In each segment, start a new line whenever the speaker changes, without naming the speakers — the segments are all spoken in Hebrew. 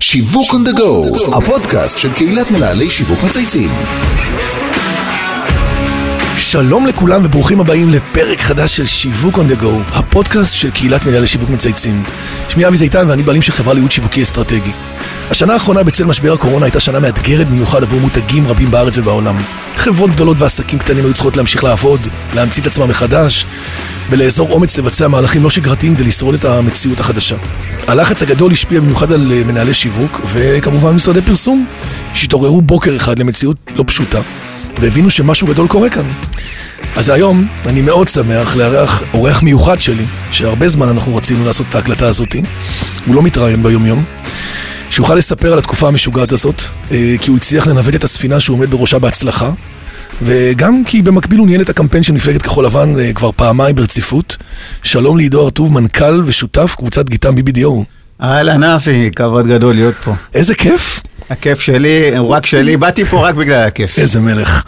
שיווק on the go, הפודקאסט של קהילת מנהלי שיווק מצייצים.
שלום לכולם וברוכים הבאים לפרק חדש של שיווק on the go, הפודקאסט של קהילת מנהלי שיווק מצייצים. שמי אבי זיתן ואני בעלים של חברה לייעוד שיווקי אסטרטגי. השנה האחרונה בצל משבר הקורונה הייתה שנה מאתגרת במיוחד עבור מותגים רבים בארץ ובעולם. חברות גדולות ועסקים קטנים היו צריכות להמשיך לעבוד, להמציא את עצמם מחדש, ולאזור אומץ לבצע מהלכים לא שגרתיים כדי לשרוד את המציאות החדשה. הלחץ הגדול השפיע במיוחד על אה, מנהלי שיווק, וכמובן משרדי פרסום, שהתעוררו בוקר אחד למציאות לא פשוטה, והבינו שמשהו גדול קורה כאן. אז היום אני מאוד שמח לארח אורח מיוחד שלי, שהרבה זמן אנחנו רצינו לעשות את ההקלטה הזאת, הוא לא מתראיין ביומיום, שיוכל לספר על התקופה המשוגעת הזאת, אה, כי הוא הצליח לנווט את הספינה שהוא עומד בראשה בהצלחה, וגם כי במקביל הוא ניהל את הקמפיין של מפלגת כחול לבן אה, כבר פעמיים ברציפות. שלום לעידו הרטוב, מנכ"ל ושותף קבוצת גיטם BBDO.
אהלן אבי, כבוד גדול להיות פה.
איזה כיף!
הכיף שלי הוא רק שלי, באתי פה רק בגלל הכיף.
איזה מלך.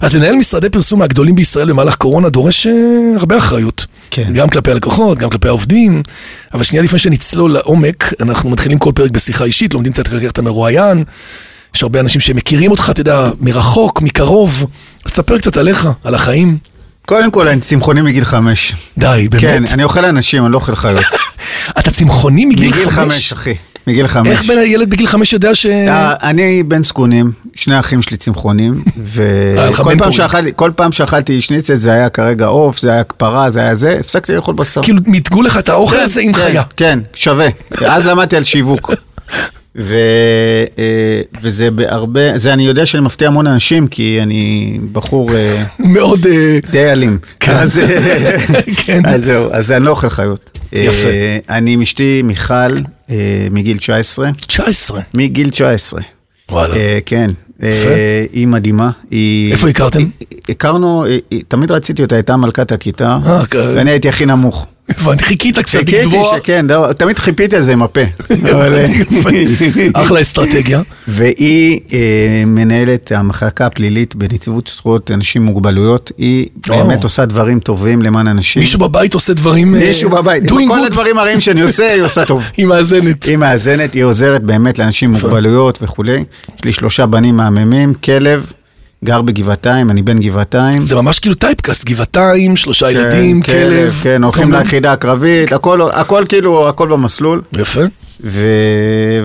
אז לנהל משרדי פרסום מהגדולים בישראל במהלך קורונה דורש אה, הרבה אחריות.
כן.
גם כלפי הלקוחות, גם כלפי העובדים. אבל שנייה לפני שנצלול לעומק, אנחנו מתחילים כל פרק בשיחה אישית, לומדים קצת לקחת את המרואיין. יש הרבה אנשים שמכירים אותך, אתה יודע, מרחוק, מקרוב. אז תספר קצת עליך, על החיים.
קודם כל, אני צמחוני מגיל חמש.
די, באמת.
כן, אני אוכל אנשים, אני לא אוכל חיות.
אתה צמחוני מגיל,
מגיל חמש, אחי. מגיל חמש.
איך בן ילד בגיל חמש יודע ש...
אה, אני בן זקונים, שני אחים שלי צמחונים,
היה אה, לך
וכל
בן
פעם
פורים.
שאכלתי- כל פעם שאכלתי שניצל זה היה כרגע עוף, זה היה פרה, זה היה זה, הפסקתי לאכול בשר.
כאילו, מיתגו לך את האוכל הזה עם
כן,
חיה.
כן, שווה. אז למדתי על שיווק. ו, אה, וזה בהרבה, זה אני יודע שאני מפתיע המון אנשים, כי אני בחור אה,
מאוד... אה,
די אלים.
כן.
אז, אה,
כן.
אז זהו, אז אני לא אוכל חיות.
יפה.
אה, אני עם אשתי מיכל אה, מגיל 19.
19.
מגיל 19.
וואלה.
אה, כן.
יפה.
אה, היא מדהימה. היא...
איפה הכרתם?
הכרנו, אה, אה, תמיד רציתי אותה, הייתה מלכת הכיתה,
אה, כן.
ואני הייתי הכי נמוך.
הבנתי, חיכית קצת
חיכיתי
לגבוה.
שכן, לא, תמיד חיפיתי על זה עם הפה. אבל- אה, כן.
יפה. אחלה אסטרטגיה.
והיא אה, מנהלת המחלקה הפלילית בנציבות זכויות אנשים עם מוגבלויות. היא
או.
באמת עושה דברים טובים למען אנשים.
מישהו בבית עושה דברים... אה,
מישהו בבית.
doing
כל
good.
הדברים הרעים שאני עושה, היא עושה טוב.
היא מאזנת.
היא מאזנת, היא עוזרת באמת לאנשים עם מוגבלויות וכולי. יש לי שלושה בנים מהממים, כלב, גר בגבעתיים, אני בן גבעתיים.
זה ממש כאילו טייפקאסט, גבעתיים, שלושה
כן,
ילדים, כלב.
כן, הולכים
כמובן.
ליחידה הקרבית, הכל הכל כאילו, הכל במסלול.
יפה.
ו...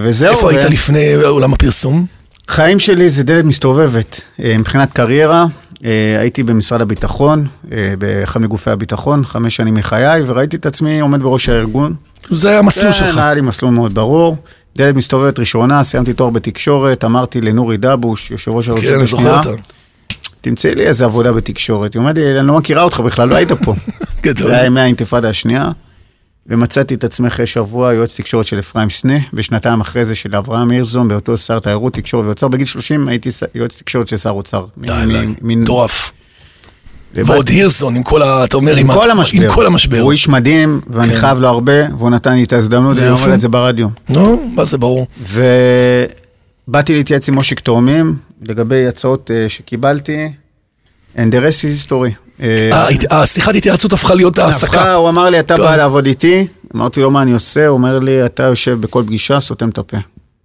וזהו.
איפה
לא, ו-
היית לפני עולם הפרסום?
חיים שלי זה דלת מסתובבת. אה, מבחינת קריירה, אה, הייתי במשרד הביטחון, אה, באחד מגופי הביטחון, חמש שנים מחיי, וראיתי את עצמי עומד בראש הארגון.
זה היה המסלול שלך.
כן, היה לי מסלול מאוד ברור. דלת מסתובבת ראשונה, סיימתי תואר בתקשורת, אמרתי לנורי דבוש, יושב ראש הרשות
כן, אני זוכר
השנייה,
אותה.
תמצאי לי איזה עבודה בתקשורת. היא אומרת לי, אני לא מכירה אותך בכלל, לא היית פה.
גדול.
זה היה ימי האינתיפאדה השנייה, ומצאתי את עצמי אחרי שבוע יועץ תקשורת של אפרים סנה, ושנתיים אחרי זה של אברהם הירזון, בהיותו שר תיירות, תקשורת ואוצר. בגיל 30 הייתי ס- יועץ תקשורת של שר אוצר.
די,
מ-
די.
מ- מין-
מטורף.
לבד.
ועוד הירסון עם כל ה... אתה אומר,
עם כל המשבר.
עם כל המשבר.
הוא איש מדהים, ואני
כן.
חייב לו הרבה, והוא נתן לי את ההזדמנות,
זה
אני
יופי.
אומר את זה ברדיו.
נו, מה זה ברור.
ובאתי להתייעץ עם מושיק תאומים לגבי הצעות אה, שקיבלתי, and the rest is history. אה,
אה, הת- השיחת התייעצות הפכה להיות
הפכה,
העסקה.
הוא אמר לי, אתה
טוב.
בא לעבוד איתי? אמרתי לו, מה אני עושה? הוא אומר לי, אתה יושב בכל פגישה, סותם את הפה.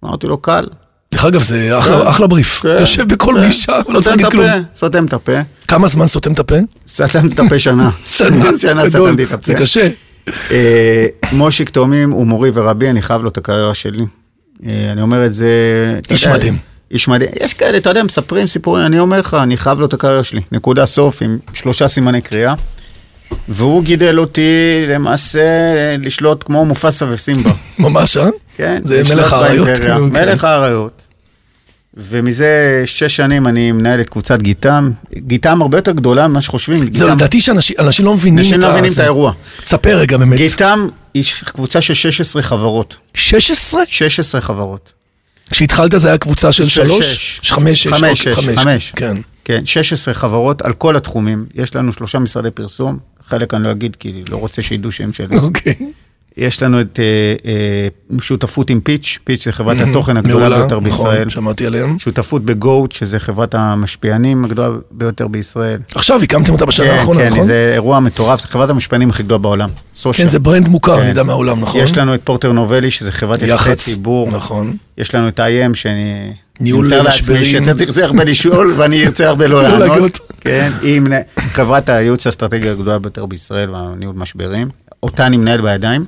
אמרתי לו, קל.
דרך אגב, זה אחלה- אחלה בריף.
כן,
יושב בכל
כן.
פגישה, לא צריך
סותם את
להגיד כלום.
הפה, סותם את הפה.
כמה זמן סותם את הפה?
סתם את הפה שנה. שנה
גדול.
סתמתי את הפה.
זה קשה.
אה, מושיק תאומים הוא מורי ורבי, אני חייב לו את הקריירה שלי. אה, אני אומר את זה... אתה
איש
יודע,
מדהים.
איש מדהים. יש כאלה, אתה יודע, מספרים סיפורים, אני אומר לך, אני חייב לו את הקריירה שלי. נקודה סוף עם שלושה סימני קריאה. והוא גידל אותי למעשה אה, לשלוט כמו מופסה וסימבה.
ממש, אה?
כן?
זה
לשלוט
מלך האריות.
באימפריה.
כאילו, כן.
מלך האריות. ומזה שש שנים אני מנהל את קבוצת גיטם. גיטם הרבה יותר גדולה ממה שחושבים.
זהו,
גיטם-
לדעתי שאנשים אנשים לא מבינים את
אנשים לא מבינים את
זה.
האירוע.
תספר רגע באמת.
גיטם היא קבוצה של 16 חברות.
16?
16 חברות.
כשהתחלת זה היה קבוצה של
של
3?
שש.
5, 6,
חמש, שש, חמש.
אוקיי, כן.
כן, 16 חברות על כל התחומים. יש לנו שלושה משרדי פרסום, חלק אני לא אגיד כי לא רוצה שידעו שם שלי.
אוקיי.
יש לנו את אה, אה, שותפות עם פיץ', פיץ' זה חברת התוכן הגדולה
מעולה,
ביותר בישראל.
נכון, שמעתי עליהם.
שותפות בגוט, שזה חברת המשפיענים הגדולה ביותר בישראל.
עכשיו הקמתם אותה בשנה האחרונה,
כן,
נכון?
זה אירוע מטורף, זו חברת המשפיענים הכי גדולה בעולם. סושיאל.
כן, זה ברנד מוכר, אני
כן.
יודע מהעולם, נכון?
יש לנו את פורטר נובלי, שזה חברת יחסי ציבור.
נכון.
יש לנו את IM, שאני...
ניהול
אני מתאר לעצמי
משברים.
שאתה תרצה הרבה לשאול, ואני ארצה הרבה לא
לא
לענות.
לענות.
כן, עם חברת הייעוץ האסטרטגיה הגדולה ביותר בישראל, והניהול משברים. אותה אני מנהל בידיים.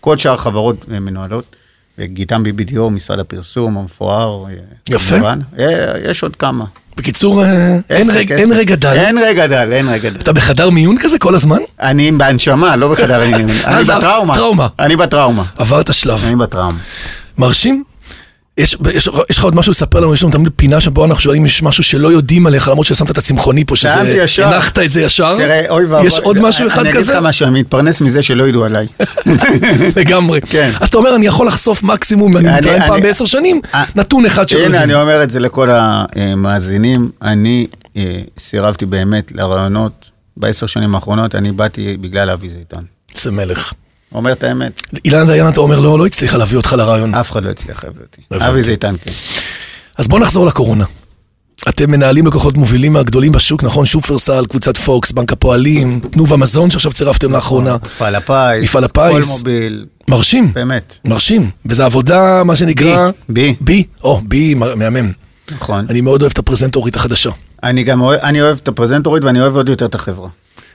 כל שאר החברות אה, מנוהלות. וגיתם BBDO, משרד הפרסום, המפואר. אה,
יפה.
כמובן. אה, יש עוד כמה.
בקיצור, אה, אין
עסק,
רג-
עסק.
אין רגע דל.
אין רגע דל, אין רגע דל.
אתה בחדר מיון כזה כל הזמן?
אני בהנשמה, לא בחדר עניינים. אני
אז
בטראומה.
טראומה.
אני בטראומה.
עברת שלב.
אני בטראומה.
מרשים? יש, יש, יש לך עוד משהו לספר לנו? יש לנו תמיד פינה שבו אנחנו שואלים אם יש משהו שלא יודעים עליך, למרות ששמת את הצמחוני פה,
שמתי
שזה,
ישר.
הנחת את זה ישר.
תראה, אוי ואבוי.
אה? יש עוד משהו
אני-
אחד
אני אגיד
כזה?
לך משהו, אני מתפרנס מזה שלא ידעו עליי.
לגמרי.
כן.
אז אתה אומר, אני יכול לחשוף מקסימום, אני
אני-
מתראיין פעם
אני-
בעשר שנים,
אה,
נתון אחד שלא
הנה,
יודעים.
אני אומר את זה לכל המאזינים. אני אה, סירבתי באמת לרעיונות בעשר שנים האחרונות, אני באתי בגלל אבי זיתן.
זה מלך.
אומר את האמת,
אילן דיין, אתה אומר, לא, לא הצליחה להביא אותך לרעיון.
אף אחד לא הצליח להביא אותי.
אה. הבנתי.
אבי זיתן, כן.
אז בואו נחזור לקורונה. אתם מנהלים לקוחות מובילים מהגדולים בשוק, נכון? שופרסל, קבוצת פוקס, בנק הפועלים, תנובה מזון שעכשיו צירפתם לאחרונה.
מפעל הפיס.
מפעל הפיס.
מוביל.
מרשים,
באמת,
מרשים. וזו עבודה, מה שנקרא...
כן. בי.
בי. או, בי, מ- מהמם.
נכון.
אני מאוד אוהב את הפרזנטורית החדשה.
אני גם אוהב- אני אוהב את הפרזנטורית ואני אוהב עוד יותר את החברה.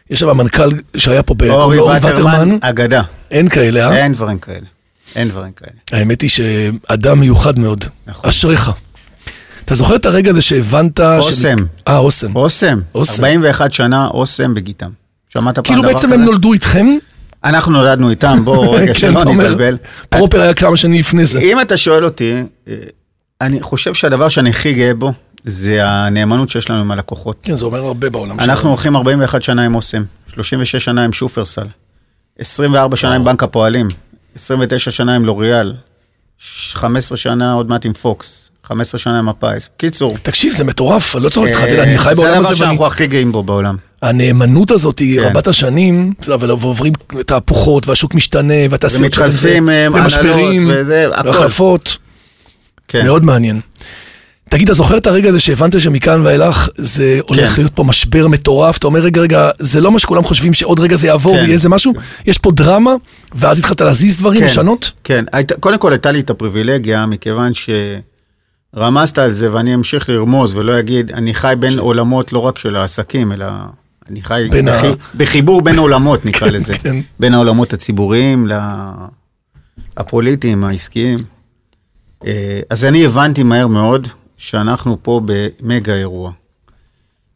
יש שם המנכ"ל שהיה פה, ב-
אורי אה. כן.
אורי
וטרמן, אגדה.
אין כאלה, לא אה?
אין דברים כאלה. אין דברים כאלה.
האמת היא שאדם מיוחד מאוד.
נכון.
אשריך. אתה זוכר את הרגע הזה שהבנת...
אוסם.
ש- אה, אוסם.
אוסם,
אוסם.
41 שנה אוסם בגיתם. שמעת פעם
כאילו
דבר
בעצם
כזה?
הם נולדו איתכם?
אנחנו נולדנו איתם, בואו רגע
כן,
שלא
אתה אומר,
נתבלבל.
פרופר היה כמה שנים לפני זה.
אם אתה שואל אותי, אה, אני חושב שהדבר שאני הכי גאה בו, זה הנאמנות שיש לנו עם הלקוחות.
כן, זה אומר הרבה בעולם שלנו.
אנחנו הולכים 41 שנה עם אוסם, 36 שנה עם שופרסל, 24 שנה עם בנק הפועלים, 29 שנה עם לוריאל, 15 שנה עוד מעט עם פוקס, 15 שנה עם הפיס. קיצור,
תקשיב, זה מטורף, אני לא צוחק איתך, אתה יודע,
אה,
אני חי
זה
בעולם
הדבר
הזה, ואני...
שאנחנו הכי גאים בו בעולם.
הנאמנות הזאת היא
כן.
רבת השנים, אתה יודע, ועוברים תהפוכות, והשוק משתנה, והתעשיות שלהם זה-
ומתחלפים, אה,
ומשברים,
הנהלות, וזה, הכל.
והחלפות,
כן.
מאוד מעניין. תגיד, אתה זוכר את הרגע הזה שהבנת שמכאן ואילך זה הולך
כן.
להיות פה משבר מטורף? אתה אומר, רגע, רגע, זה לא מה שכולם חושבים שעוד רגע זה יעבור
כן.
ויהיה איזה משהו? יש פה דרמה, ואז התחלת להזיז דברים,
כן,
לשנות?
כן, היית, קודם כל הייתה לי את הפריבילגיה, מכיוון שרמזת על זה ואני אמשיך לרמוז ולא אגיד, אני חי בין עולמות לא רק של העסקים, אלא אני חי
בין ה-
בח... בחיבור בין עולמות, נקרא לזה.
כן.
בין העולמות הציבוריים ל- הפוליטיים, העסקיים. אה, אז אני הבנתי מהר מאוד שאנחנו פה במגה אירוע.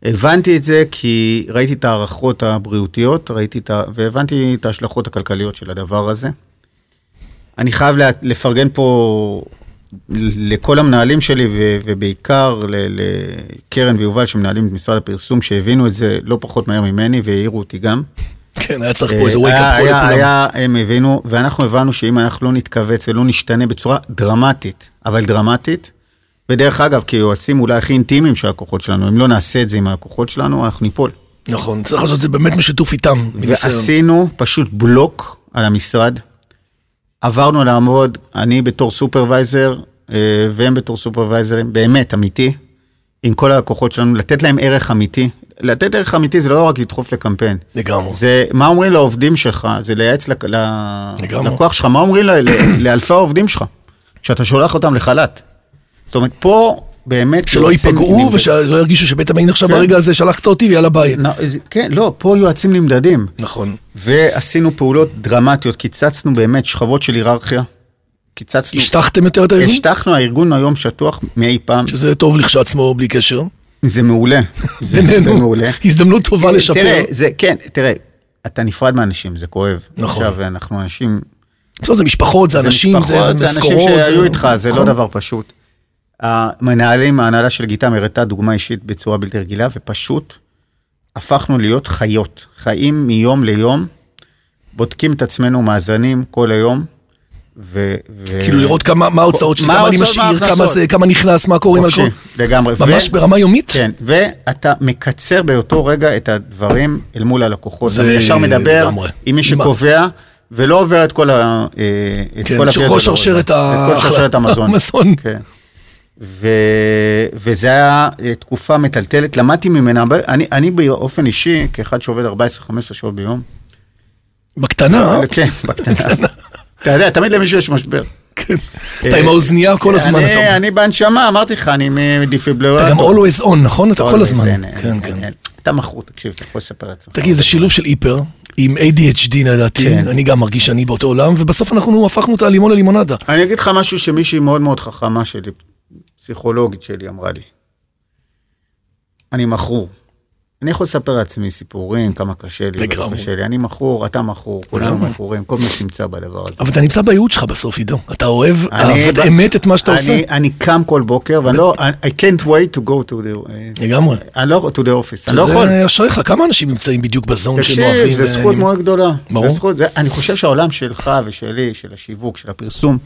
הבנתי את זה כי ראיתי את ההערכות הבריאותיות, ראיתי את ה... והבנתי את ההשלכות הכלכליות של הדבר הזה. אני חייב לה- לפרגן פה לכל המנהלים שלי, ו- ובעיקר ל- לקרן ויובל שמנהלים את משרד הפרסום, שהבינו את זה לא פחות מהר ממני, והעירו אותי גם.
כן, היה צריך פה איזה
אה,
wake-up call
היה-
לכולם.
היה, הם הבינו, ואנחנו הבנו שאם אנחנו לא נתכווץ ולא נשתנה בצורה דרמטית, אבל דרמטית, ודרך אגב, כיועצים אולי הכי אינטימיים של הכוחות שלנו, אם לא נעשה את זה עם הכוחות שלנו, אנחנו ניפול.
נכון, צריך לעשות את זה באמת בשיתוף איתם. מניסיון.
ועשינו פשוט בלוק על המשרד. עברנו לעמוד, אני בתור סופרוויזר, אה, והם בתור סופרוויזרים, באמת, אמיתי, עם כל הלקוחות שלנו, לתת להם ערך אמיתי. לתת ערך אמיתי זה לא רק לדחוף לקמפיין.
לגמרי.
זה מה אומרים לעובדים שלך, זה לייעץ לק- ל-
לגמרי.
ללקוח שלך, מה אומרים ל- ל- לאלפי העובדים שלך, כשאתה שולח אותם לחל"ת. זאת אומרת, פה באמת...
שלא
יועצים
ייפגעו
נמדדים.
ושלא ירגישו שבית המעין עכשיו
כן.
ברגע הזה שלחת אותי ויאללה ביי.
נ- זה- כן, לא, פה יועצים נמדדים.
נכון.
ועשינו פעולות דרמטיות, קיצצנו באמת שכבות של היררכיה. קיצצנו,
השטחתם יותר את הארגון?
השטחנו, הארגון היום שטוח מאי פעם,
שזה טוב לכשעצמו בלי קשר.
זה מעולה, זה, זה
בינינו,
מעולה.
הזדמנות טובה
תראה,
לשפר.
זה, כן, תראה, אתה נפרד מאנשים, זה כואב.
נכון.
עכשיו, אנחנו אנשים,
בסדר, זה משפחות, זה אנשים, זה
משפחות,
זה
זה אנשים
משכורות.
שהיו איתך, זה לא
נכון.
דבר פשוט. המנהלים, ההנהלה של גיתם הראתה דוגמה אישית בצורה בלתי רגילה, ופשוט הפכנו להיות חיות. חיים מיום ליום, בודקים את עצמנו, מאזנים כל היום, ו... ו-
כאילו לראות כמה, מה ההוצאות שלי,
מה
כמה אני
ההוצאות, מה
משאיר, כמה
ההכנסות.
זה, כמה נכנס, מה קורה עם
חופשי,
הכל.
לגמרי. ו-
ממש ברמה יומית?
כן, ואתה מקצר באותו רגע את הדברים אל מול הלקוחות.
זה
אתה ישר מדבר
לגמרי.
עם מי
מה?
שקובע, ולא עובר את כל ה... אה, את
כן,
כל
ש-
הפרק
כל שרשרת
את כל
ה-
שרשרת המזון.
המזון.
כן. ו... וזה היה אה, תקופה מטלטלת, למדתי ממנה, הרבה- אני, אני באופן אישי, כאחד שעובד 14-15 שעות ביום,
בקטנה,
אבל כן, בקטנה. אתה יודע, תמיד למישהו יש משבר.
כן. אתה עם האוזנייה כל הזמן,
אה, אני-
אתה אומר.
אני בהנשמה, אמרתי לך, אני מדיפיברילטור.
אתה גם always on, נכון? אתה כל הזמן.
אין, אין,
כן,
אין,
כן.
אין. אה, אתה מכור, תקשיב, אתה יכול לספר לעצמך.
תגיד, זה שילוב של היפר עם ADHD לדעתי,
כן.
אני גם מרגיש שאני באותו עולם, ובסוף אנחנו הפכנו את הלימון ללימונדה.
אני אגיד לך משהו שמישהי מאוד מאוד חכמה שלי, פסיכולוגית שלי, אמרה לי. אני מכור. אני יכול לספר לעצמי סיפורים, כמה קשה לי, ולא
לגמרי.
קשה לי. אני מכור, אתה מכור, כולנו מכורים, כל מי שנמצא בדבר הזה.
אבל אתה נמצא בייעוד שלך בסוף, עידו. אתה אוהב
אני-
אהבת אמת את מה שאתה
אני-
עושה.
אני קם כל בוקר, ואני לא, I I can't wait to go to the...
אה, לגמרי.
אני לא, to the office, אני לא
זה
יכול.
אשריך, כמה אנשים נמצאים בדיוק בזון שהם אוהבים?
תקשיב, זו
אה,
זכות
אני-
מאוד גדולה.
ברור.
ברור. זכות, זה, אני חושב שהעולם שלך ושלי, של השיווק, של הפרסום,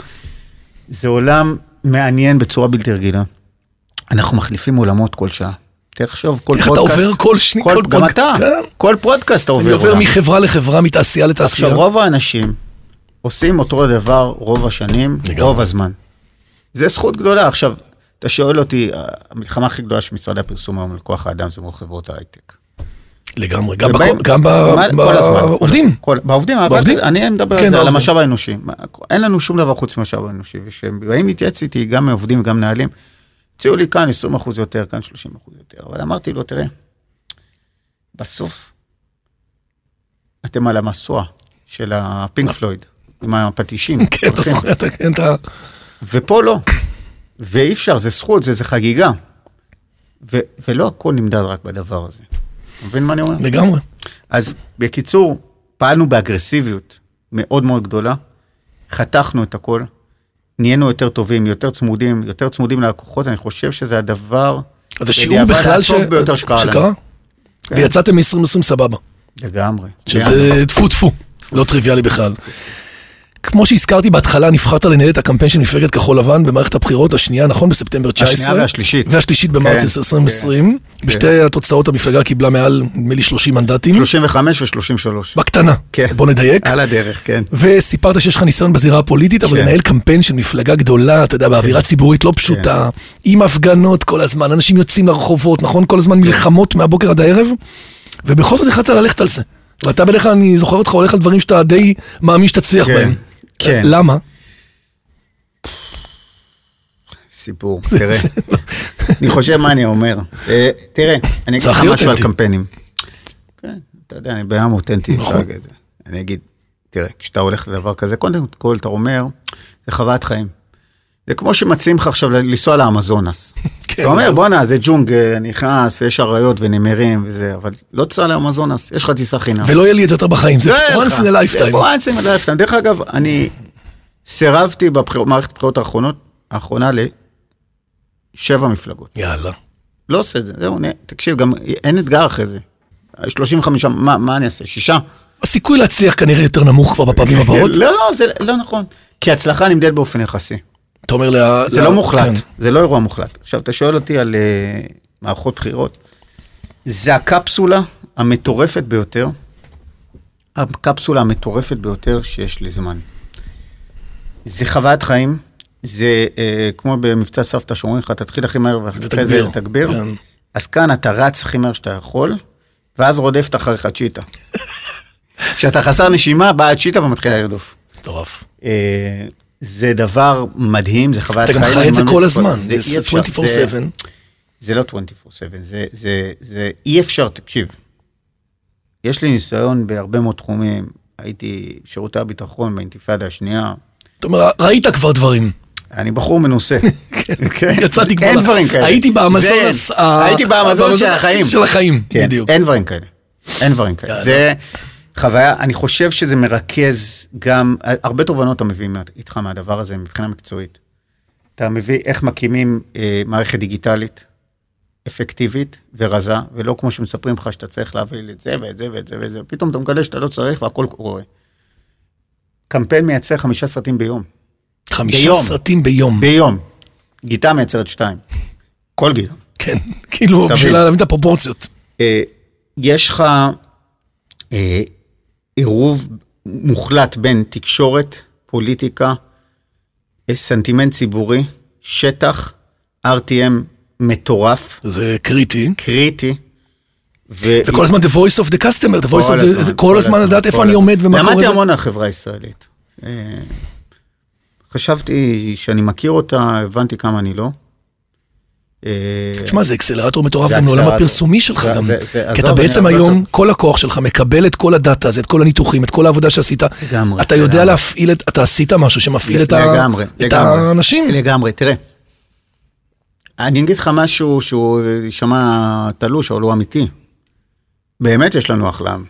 זה עולם מעניין בצורה בלתי רגילה. אנחנו מחליפים עולמות כל שעה. תחשוב, כל
איך אתה
פודקאסט...
עובר כל שני- כל
גם
פודק-
אתה,
כן.
כל פודקאסט אתה
אני
עובר
עובר
עולם.
מחברה לחברה, מתעשייה לתעשייה.
עכשיו, רוב האנשים עושים אותו דבר רוב השנים,
לגמרי.
רוב הזמן. זה זכות גדולה. עכשיו, אתה שואל אותי, המלחמה הכי גדולה של משרדי הפרסום היום על כוח האדם זה מול חברות ההייטק.
לגמרי, גם
ובאים-
בכל- גם
מה- כל הזמן.
בעובדים.
כל- בעובדים, אבל
בעובדים?
אני מדבר
כן,
על זה, על
בעובדים.
המשאב האנושי. מה- אין לנו שום דבר חוץ מהמשאב האנושי, וכשהם באים להתייעץ איתי, גם מעובדים וגם מנהלים, הציעו לי כאן 20% יותר, כאן 30% יותר, אבל אמרתי לו, תראה, בסוף אתם על המסוע של הפינק פלויד, עם הפטישים.
כן, אתה
הולכים.
זוכר, אתה- כן, אתה...
ופה לא. ואי אפשר, זה זכות, זה, זה חגיגה. ו- ולא הכל נמדד רק בדבר הזה. אתה מבין מה אני אומר?
לגמרי.
אז בקיצור, פעלנו באגרסיביות מאוד מאוד גדולה, חתכנו את הכל, נהיינו יותר טובים, יותר צמודים, יותר צמודים ללקוחות, אני חושב שזה הדבר,
אז זה שיעור
בדיעבד
בכלל
הטוב ביותר שקרה לנו.
שקרה. ויצאתם מ-2020 סבבה.
לגמרי.
שזה טפו טפו, לא טריוויאלי בכלל. כמו שהזכרתי בהתחלה, נבחרת לנהל את הקמפיין של מפלגת כחול לבן במערכת הבחירות השנייה, נכון? בספטמבר 19.
השנייה והשלישית.
והשלישית במרץ
כן,
2020. בשתי התוצאות המפלגה קיבלה מעל, נדמה לי, 30 מנדטים.
35 ו-33.
בקטנה.
כן.
בוא נדייק.
על הדרך, כן.
וסיפרת שיש לך ניסיון בזירה הפוליטית, אבל
כן.
לנהל קמפיין של מפלגה גדולה, אתה יודע, באווירה ציבורית לא פשוטה, עם הפגנות כל הזמן, אנשים יוצאים לרחובות, נכון? כל
כן.
הזמן מלחמות מהבוקר עד הערב, ובכל זאת החלטת ללכת על זה. ואתה בדרך כלל, אני זוכר אותך הולך על דברים שאתה די מאמין שתצליח
כן,
בהם.
כן.
למה?
סיפור, תראה. אני חושב מה אני אומר. אה, תראה, אני אגיד
זה
לך
הכי
משהו על
אותנטי.
קמפיינים. כן, אתה יודע, אני בעם אותנטי, אפשר
נכון.
להגיד את זה. אני אגיד, תראה, כשאתה הולך לדבר כזה, קודם כל אתה אומר, זה חוויית חיים. זה כמו שמציעים לך עכשיו ל- לנסוע לאמזונס.
כן,
אתה אומר,
זה-
בואנה, זה ג'ונגל, נכנס, ויש אריות ונמרים וזה, אבל לא תסע לאמזונס, יש לך טיסה חינם.
ולא יהיה לי את זה יותר בחיים, זה
לא יהיה
once
לך.
in a
זה
lifetime.
once in a lifetime. דרך אגב, אני סירבתי במערכת הבחירות האחרונות, האחרונה לשבע מפלגות.
יאללה.
לא עושה את זה, זהו, נה, תקשיב, גם אין אתגר אחרי זה. 35, מה, מה אני אעשה? שישה?
הסיכוי להצליח כנראה יותר נמוך כבר בפעמים הבאות.
לא, זה לא נכון. כי הצלחה נמדדת באופן יחסי.
אתה אומר לה...
זה
לה-
לא מוחלט,
כן.
זה לא אירוע מוחלט. עכשיו, אתה שואל אותי על אה, מערכות בחירות. זה הקפסולה המטורפת ביותר, הקפסולה המטורפת ביותר שיש לזמן. זה חוויית חיים, זה אה, כמו במבצע סבתא שאומרים לך, תתחיל הכי מהר ואחרי זה
ותגביר.
תגביר.
כן.
אז כאן אתה רץ הכי מהר שאתה יכול, ואז רודפת אחריך צ'יטה. כשאתה חסר נשימה, באה הצ'יטה ומתחילה לרדוף.
מטורף.
אה, זה דבר מדהים, זה חוויית
אתה גם
חיים,
חי
אני
את זה
ממליץ
כל
לכולם.
הזמן,
זה אי
זה
אפשר,
24/7.
זה- זה לא 24/7, זה, זה, זה אי אפשר, תקשיב. יש לי ניסיון בהרבה מאוד תחומים, הייתי שירותי הביטחון באינתיפאדה השנייה,
אתה אומר, ראית כבר דברים.
אני בחור מנוסה. כן.
יצאתי כבר.
אין
לה-
דברים כאלה.
הייתי באמזונס.
זה אין.
ה-
הייתי באמזונס של
באמזונס
החיים.
של החיים,
כן,
בדיוק.
אין דברים כאלה. אין דברים כאלה. זה חוויה, אני חושב שזה מרכז גם, הרבה תובנות אתה מביא מה- איתך מהדבר הזה מבחינה מקצועית. אתה מביא איך מקימים אה, מערכת דיגיטלית אפקטיבית ורזה, ולא כמו שמספרים לך שאתה צריך להביא את זה ואת זה ואת זה ואת זה, פתאום אתה מגלה שאתה לא צריך והכל קורה. קמפיין מייצר חמישה סרטים ביום.
חמישה
ביום.
סרטים ביום.
ביום. גיטה מייצרת שתיים. כל גיטה.
כן, כאילו,
תבין.
בשביל להבין את הפרופורציות.
אה, יש לך אה, עירוב מוחלט בין תקשורת, פוליטיקה, אה, סנטימנט ציבורי, שטח, RTM מטורף,
זה קריטי.
קריטי. ו-
וכל הזמן the voice of the customer, the voice of the... זה כל הזמן לדעת
אה, כל
איפה אני
הזמן.
עומד ומה קורה.
למדתי
ו-
המון על החברה הישראלית. אה, חשבתי שאני מכיר אותה, הבנתי כמה אני לא. אה,
שמע, זה אקסלרטור מטורף
זה
גם לעולם
אקסלרטור.
הפרסומי שלך
זה-
גם.
זה- זה-
כי
עזוב,
אתה
אני
בעצם
הרבה
היום,
יותר-
כל הכוח שלך מקבל את כל הדאטה הזה, את כל הניתוחים, את כל העבודה שעשית.
לגמרי,
אתה יודע
לגמרי.
להפעיל, את- אתה עשית משהו שמפעיל את ה-
לגמרי,
את
לגמרי.
האנשים.
לגמרי, תראה. אני אגיד לך משהו שהוא יישמע תלוש, אבל הוא אמיתי. באמת יש לנו אחלה עם.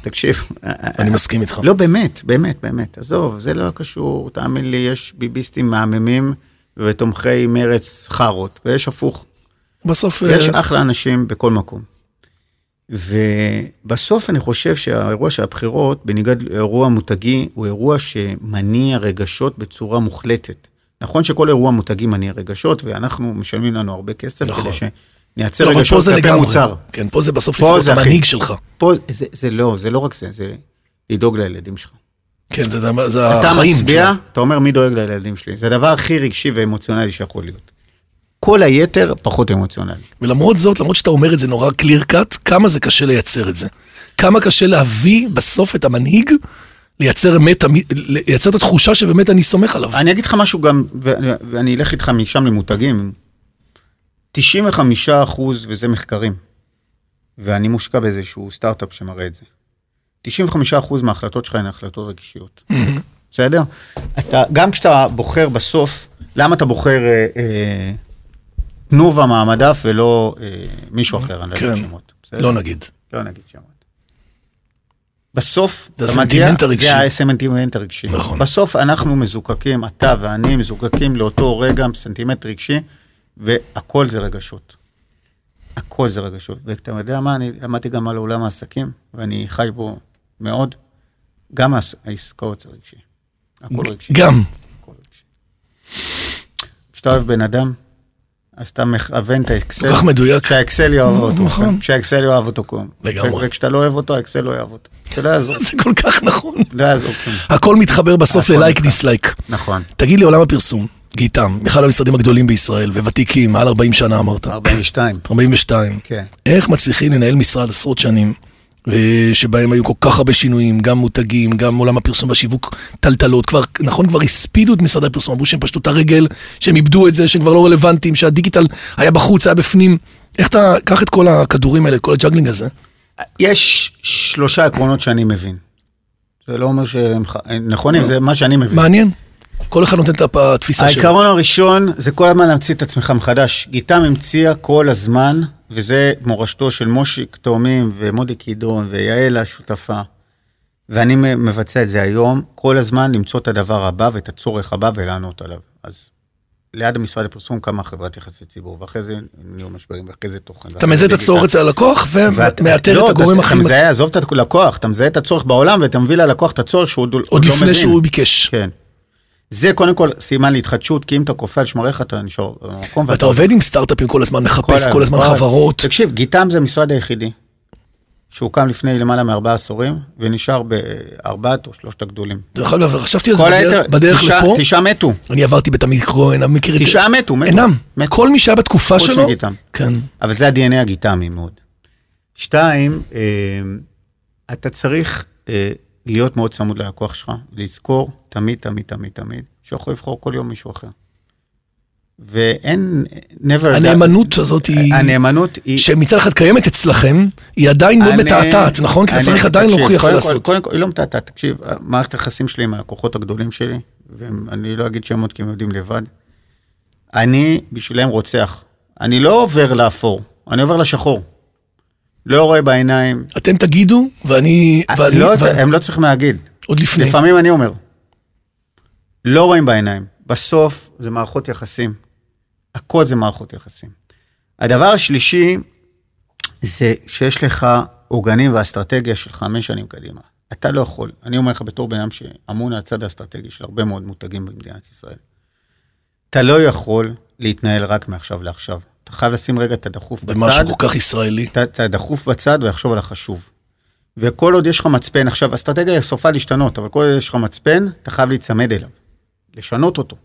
תקשיב. אה,
אני מסכים איתך.
לא, באמת, באמת, באמת. עזוב, זה לא קשור, תאמין לי, יש ביביסטים מהממים ותומכי מרץ חארות, ויש הפוך.
בסוף,
יש
אה,
אחלה אנשים בכל מקום. ובסוף אני חושב שהאירוע של הבחירות, בניגוד לאירוע מותגי, הוא אירוע שמניע רגשות בצורה מוחלטת. נכון שכל אירוע מותגי מניע רגשות, ואנחנו משלמים לנו הרבה כסף
נכון.
כדי שנייצר
לא, אבל פה
רגשות
זה
כלפי
לגמרי.
מוצר.
כן, פה זה בסוף
פה
לפחות
זה הכי-
המנהיג שלך.
פה זה, זה לא, זה לא רק זה, זה לדאוג לילדים שלך.
כן, זה- זה- זה
אתה
החיים.
מצביע, אתה אומר מי דואג לילדים שלי. זה הדבר הכי רגשי ואמוציונלי שיכול להיות. כל היתר פחות אמוציונלי.
ולמרות זאת, למרות שאתה אומר את זה נורא clear cut, כמה זה קשה לייצר את זה. כמה קשה להביא בסוף את המנהיג, לייצר אמת, אמי- לייצר את התחושה שבאמת אני סומך עליו.
אני אגיד לך משהו גם, ו- ואני אלך איתך משם למותגים. 95 אחוז, וזה מחקרים, ואני מושקע באיזשהו סטארט-אפ שמראה את זה. 95 אחוז מההחלטות שלך הן החלטות רגשיות.
Mm-hmm.
בסדר? אתה, גם כשאתה בוחר בסוף, למה אתה בוחר אה, אה, תנובה מהמדף ולא אה, מישהו אחר, אני לא
כן.
אגיד שמות. בסדר?
לא נגיד.
לא נגיד שמות. בסוף,
זה
אתה מגיע-
הסנטימנט הרגשי.
זה הסנטימנט הרגשי.
נכון.
בסוף אנחנו מזוקקים, אתה ואני מזוקקים לאותו רגע סנטימנט רגשי, והכל זה רגשות. הכל זה רגשות. ואתה יודע מה, אני למדתי גם על עולם העסקים, ואני חי בו מאוד. גם העס- העסקאות זה רגשי. הכל רגשי.
גם.
הכל רגשי. כשאתה אוהב בן אדם, אז אתה מכוון את האקסל.
כל כך מדויק.
כשהאקסל יאהב אותו,
נכון.
כשהאקסל יאהב אותו קום.
לגמרי.
ו- וכשאתה לא אוהב אותו, האקסל לא יאהב אותו. זה לא יעזור,
זה כל כך נכון.
לא יעזור כלום.
הכל מתחבר בסוף
הכל
ללייק
מתחבר.
דיסלייק.
נכון.
תגיד לי, עולם הפרסום, גיתם, אחד המשרדים הגדולים בישראל, וותיקים, מעל 40 שנה אמרת.
42.
42.
כן.
איך מצליחים לנהל משרד עשרות שנים, ו- שבהם היו כל כך הרבה שינויים, גם מותגים, גם עולם הפרסום והשיווק, טלטלות, כבר, נכון, כבר הספידו את משרד הפרסום, אמרו שהם פשטו את הרגל, שהם איבדו את זה, שהם כבר לא רלוונטיים, שהדיגיטל היה בחוץ, היה בפנים. איך אתה, קח את כל הכדורים האלה, את כל הג'אגלינג הזה.
יש שלושה עקרונות שאני מבין. זה לא אומר שהם ח- נכונים, זה מה שאני מבין.
מעניין. כל אחד נותן את הפ- התפיסה שלו.
העיקרון הראשון זה כל הזמן להמציא את עצמך מחדש. גיתם המציאה כל הזמן, וזה מורשתו של מושיק תאומים ומודי קידון ויעל השותפה. ואני מ- מבצע את זה היום, כל הזמן למצוא את הדבר הבא ואת הצורך הבא ולענות עליו. אז ליד משרד הפרסום קמה חברת יחסי ציבור, ואחרי זה נהיו משברים, ואחרי זה תוכן.
אתה
ואחרי זה
מזהה את
דיגיטל.
הצורך אצל הלקוח,
ואת-
ומאתר
לא,
את הגורם
אתה-
הכי...
אתה מזהה, עזוב את הלקוח, אתה מזהה את הצורך בעולם ואתה מביא ללקוח את הצורך שהוא עוד לא מבין.
עוד לפני שהוא ביקש.
כן. זה קודם כל סימן להתחדשות, כי אם אתה קופא על שמריך אתה נשאר במקום.
ואתה עובד עם סטארט-אפים כל הזמן, מחפש כל הזמן חברות.
תקשיב, גיתם זה המשרד היחידי שהוקם לפני למעלה מארבעה עשורים, ונשאר בארבעת או שלושת הגדולים.
דרך אגב, חשבתי על זה
כל
בדרך-
היתר,
בדרך
תשעה-
לפה.
תשעה מתו.
אני עברתי בתמיר כהן, אני מכיר את...
תשעה מתו, מתו.
אינם.
מתו.
כל מי שהיה בתקופה
חוץ
שלו...
מגיתם.
כן.
אבל זה ה-DNA הגיטמי מאוד. שתיים, אה, אתה צריך אה, להיות מאוד צמוד ללקוח שלך, לזכור תמיד, תמיד, תמיד, תמיד, שהוא יכול לבחור כל יום מישהו אחר. ואין, never...
הנאמנות הזאת היא...
אה, הנאמנות היא...
שמצד אחד קיימת אצלכם, היא עדיין מאוד
אני-
מתעתעת, נכון? כי אתה
אני-
צריך עדיין
תקשיב,
להוכיח
קודם כל-
ולעשות.
קודם כל, היא לא מתעתעת, תקשיב, מערכת היחסים שלי עם הלקוחות הגדולים שלי, ואני לא אגיד שמות כי הם יודעים לבד, אני בשבילם רוצח. אני לא עובר לאפור, אני עובר לשחור. לא רואה בעיניים.
אתם תגידו, ואני... ואני-
לא,
ו-
הם לא צריכים להגיד.
עוד לפני.
לפעמים אני אומר, לא רואים בעיניים. בסוף זה מערכות יחסים. הכל זה מערכות יחסים. הדבר השלישי זה שיש לך עוגנים ואסטרטגיה של חמש שנים קדימה. אתה לא יכול, אני אומר לך בתור בן אדם שאמון על הצד האסטרטגי של הרבה מאוד מותגים במדינת ישראל, אתה לא יכול להתנהל רק מעכשיו לעכשיו. אתה חייב לשים רגע את הדחוף
זה משהו
בצד,
כל כך ישראלי.
את- את הדחוף בצד ולחשוב על החשוב. וכל עוד יש לך מצפן, עכשיו, אסטרטגיה סופה להשתנות, אבל כל עוד יש לך מצפן, אתה חייב להיצמד אליו, לשנות אותו.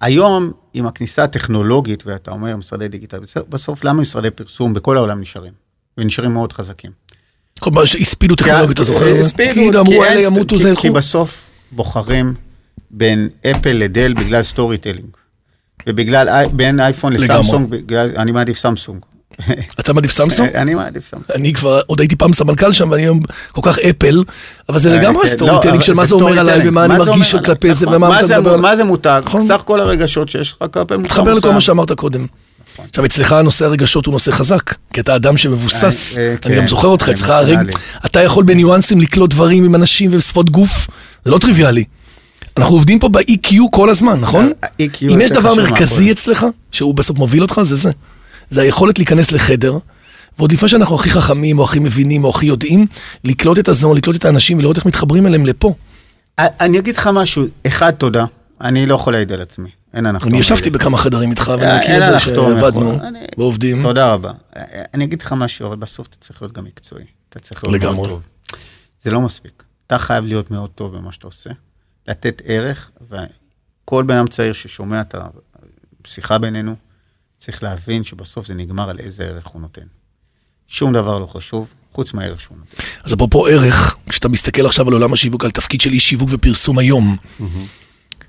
היום, עם הכניסה הטכנולוגית, ואתה אומר משרדי דיגיטל, בסוף למה משרדי פרסום בכל העולם נשארים? ונשארים מאוד חזקים.
כל פעם שהספידו טכנולוגיה, אתה זוכר?
הספידו,
כאילו אמרו,
אה, כי אין
אלה
סט-
ימותו,
כי-
זה
כי
ילכו.
בסוף בוחרים בין אפל לדל בגלל סטורי טלינג. ובגלל, אי- בין אייפון
לגמרי.
לסמסונג, בגלל- אני מעדיף סמסונג.
אתה מעדיף
אה,
סמסונג?
אני מעדיף סמסונג.
אני כבר, עוד הייתי פעם סמנכ"ל שם, ואני היום כל כך אפל, אבל זה לגמרי
כן, לא,
סטורי
אבל
של מה זה
story
אומר
telling.
עליי, ומה אני
מה זה
מרגיש
אומר עליי?
כלפי זה,
נכון.
ומה
מה
אתה
זה-
מדבר.
מה זה מותג?
נכון.
סך כל הרגשות שיש לך כלפי מותג.
מתחבר לכל
מסוים.
מה שאמרת קודם.
נכון.
עכשיו, אצלך נושא הרגשות הוא נושא חזק, כי אתה אדם שמבוסס.
אה, אה,
אני
כן,
גם זוכר אותך,
כן,
אצלך הרגש...
אמוציונלי.
אתה יכול בניואנסים לקלוט דברים עם אנשים ושפות גוף, זה לא טריוויאלי. אנחנו עובדים פה ב-EQ כל הזמן, נכון?
ה-EQ
אם יש
אה, E יותר
דבר
חשוב מהכל.
מרכזי אצלך, שהוא בסוף מוביל אותך, זה זה. זה היכולת להיכנס לחדר, ועוד לפני שאנחנו הכי חכמים, או הכי מבינים, או הכי יודעים, לקלוט את הזון, לקלוט את האנשים, ולראות איך מתחברים אליהם לפה.
א- אה, אני אגיד לך משהו, אחד, תודה. אני לא יכול להעיד על עצמי. אין הנחתום.
אני ישבתי
נגד.
בכמה חדרים איתך, ואני
אוקיי. אה,
מכיר
אין
את זה
הנחתום,
שעבדנו,
נכון. אני-
ועובדים.
תודה רבה. אה, אני אגיד לך משהו, אבל בסוף אתה צריך להיות גם מקצועי. אתה צריך להיות
לגמרי.
מאוד טוב. זה לא מספיק. אתה חייב להיות מאוד טוב במה שאתה עושה, לתת ערך, וכל בן אדם צעיר ששומע את השיחה בינינו, צריך להבין שבסוף זה נגמר על איזה ערך הוא נותן. שום דבר לא חשוב, חוץ מהערך שהוא נותן.
אז אפרופו ערך, כשאתה מסתכל עכשיו על עולם השיווק, על תפקיד של איש שיווק ופרסום היום,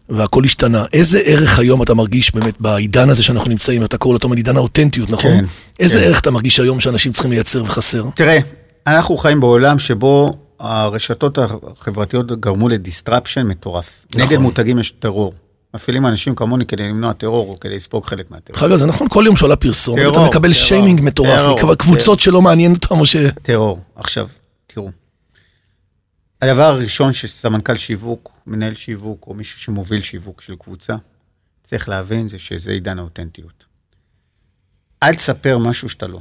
והכל השתנה, איזה ערך היום אתה מרגיש באמת בעידן הזה שאנחנו נמצאים, אתה קורא לתומד עידן האותנטיות, נכון?
כן,
איזה
כן.
ערך אתה מרגיש היום שאנשים צריכים לייצר וחסר?
תראה, אנחנו חיים בעולם שבו הרשתות החברתיות גרמו לדיסטרפשן מטורף.
נכון.
נכון. נגד מותגים יש טרור. מפעילים אנשים כמוני כדי למנוע טרור או כדי לספוג חלק מהטרור.
דרך אגב, זה נכון, כל יום שעולה פרסום,
טרור,
אתה מקבל
טרור,
שיימינג
טרור,
מטורף, מכבר-
טרור.
קבוצות שלא מעניין אותם, או ש...
טרור. עכשיו, תראו. הדבר הראשון שסמנכ"ל שיווק, מנהל שיווק או מישהו שמוביל שיווק של קבוצה, צריך להבין זה שזה עידן האותנטיות. אל תספר משהו שאתה לא.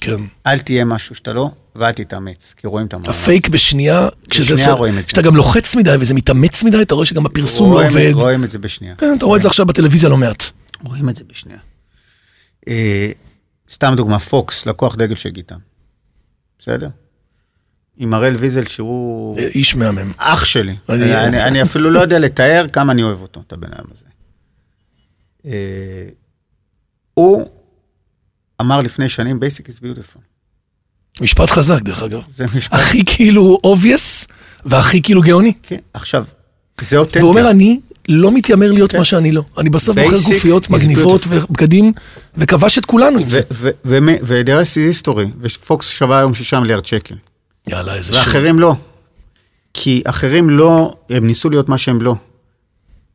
כן.
אל תהיה משהו שאתה לא, ואל תתאמץ, כי רואים את המאמץ.
הפייק בשנייה, כשזה...
בשנייה רואים את זה.
כשאתה גם לוחץ מדי וזה מתאמץ מדי, אתה רואה שגם הפרסום לא
רואים-
עובד.
רואים את זה בשנייה.
כן, אתה רואה את זה עכשיו בטלוויזיה לא מעט.
רואים את זה בשנייה. אה, סתם דוגמה, פוקס, לקוח דגל של גיטה. בסדר? עם הראל ויזל, שהוא
אה, איש מהמם.
אח שלי.
אני-
אני, אני, אני אפילו לא יודע לתאר כמה אני אוהב אותו, את הבן אדם הזה. אה, הוא אמר לפני שנים, basic is beautiful.
משפט חזק, דרך אגב.
זה משפט,
הכי כאילו obvious והכי כאילו גאוני.
כן. עכשיו, זה אותנטי.
והוא אומר, אני לא מתיימר להיות מה שאני לא. אני בסוף מוכר
כן. Basic
גופיות
is
מגניבות
beautiful.
ובגדים, וכבש את כולנו עם זה.
ודרס היסטורי, ופוקס שווה היום 6 מיליארד שקל.
יאללה, איזה שיר.
ואחרים לא. כי אחרים לא, הם ניסו להיות מה שהם לא.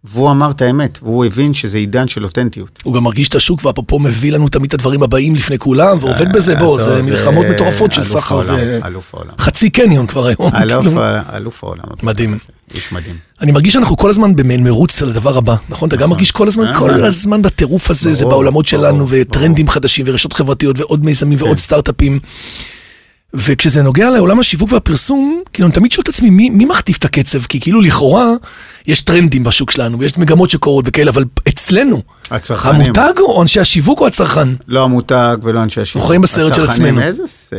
והוא אמר את האמת, והוא הבין שזה עידן של אותנטיות.
הוא גם מרגיש את השוק, ואפרופו מביא לנו תמיד את הדברים הבאים לפני כולם, ועובד בזה, בוא,
עזוב,
אה, זה מלחמות מטורפות של
אה, אלוף
סחר
העולם,
ו...
אלוף העולם.
חצי קניון כבר היום.
אלוף
כאילו.
ה- אלוף העולם.
מדהים.
איש מדהים.
אני מרגיש שאנחנו כל הזמן במעין מרוץ על הדבר הבא, נכון? אתה גם מרגיש כל הזמן,
אה,
כל
אה.
הזמן בטירוף הזה, זה
ברור,
בעולמות
ברור, כן.
שלנו, וטרנדים חדשים, ורשתות חברתיות, ועוד מיזמים, ועוד סטארט-אפים. וכשזה נוגע לעולם השיווק והפרסום, כאילו, אני תמיד שואל את עצמי, מי, מי מכתיב את הקצב? כי כאילו, לכאורה, יש טרנדים בשוק שלנו, ויש מגמות שקורות וכאלה, אבל אצלנו,
הצרכנים.
המותג או אנשי השיווק או הצרכן?
לא המותג ולא אנשי השיווק.
אנחנו חיים בסרט של
הצרכנים,
עצמנו.
איזה ס...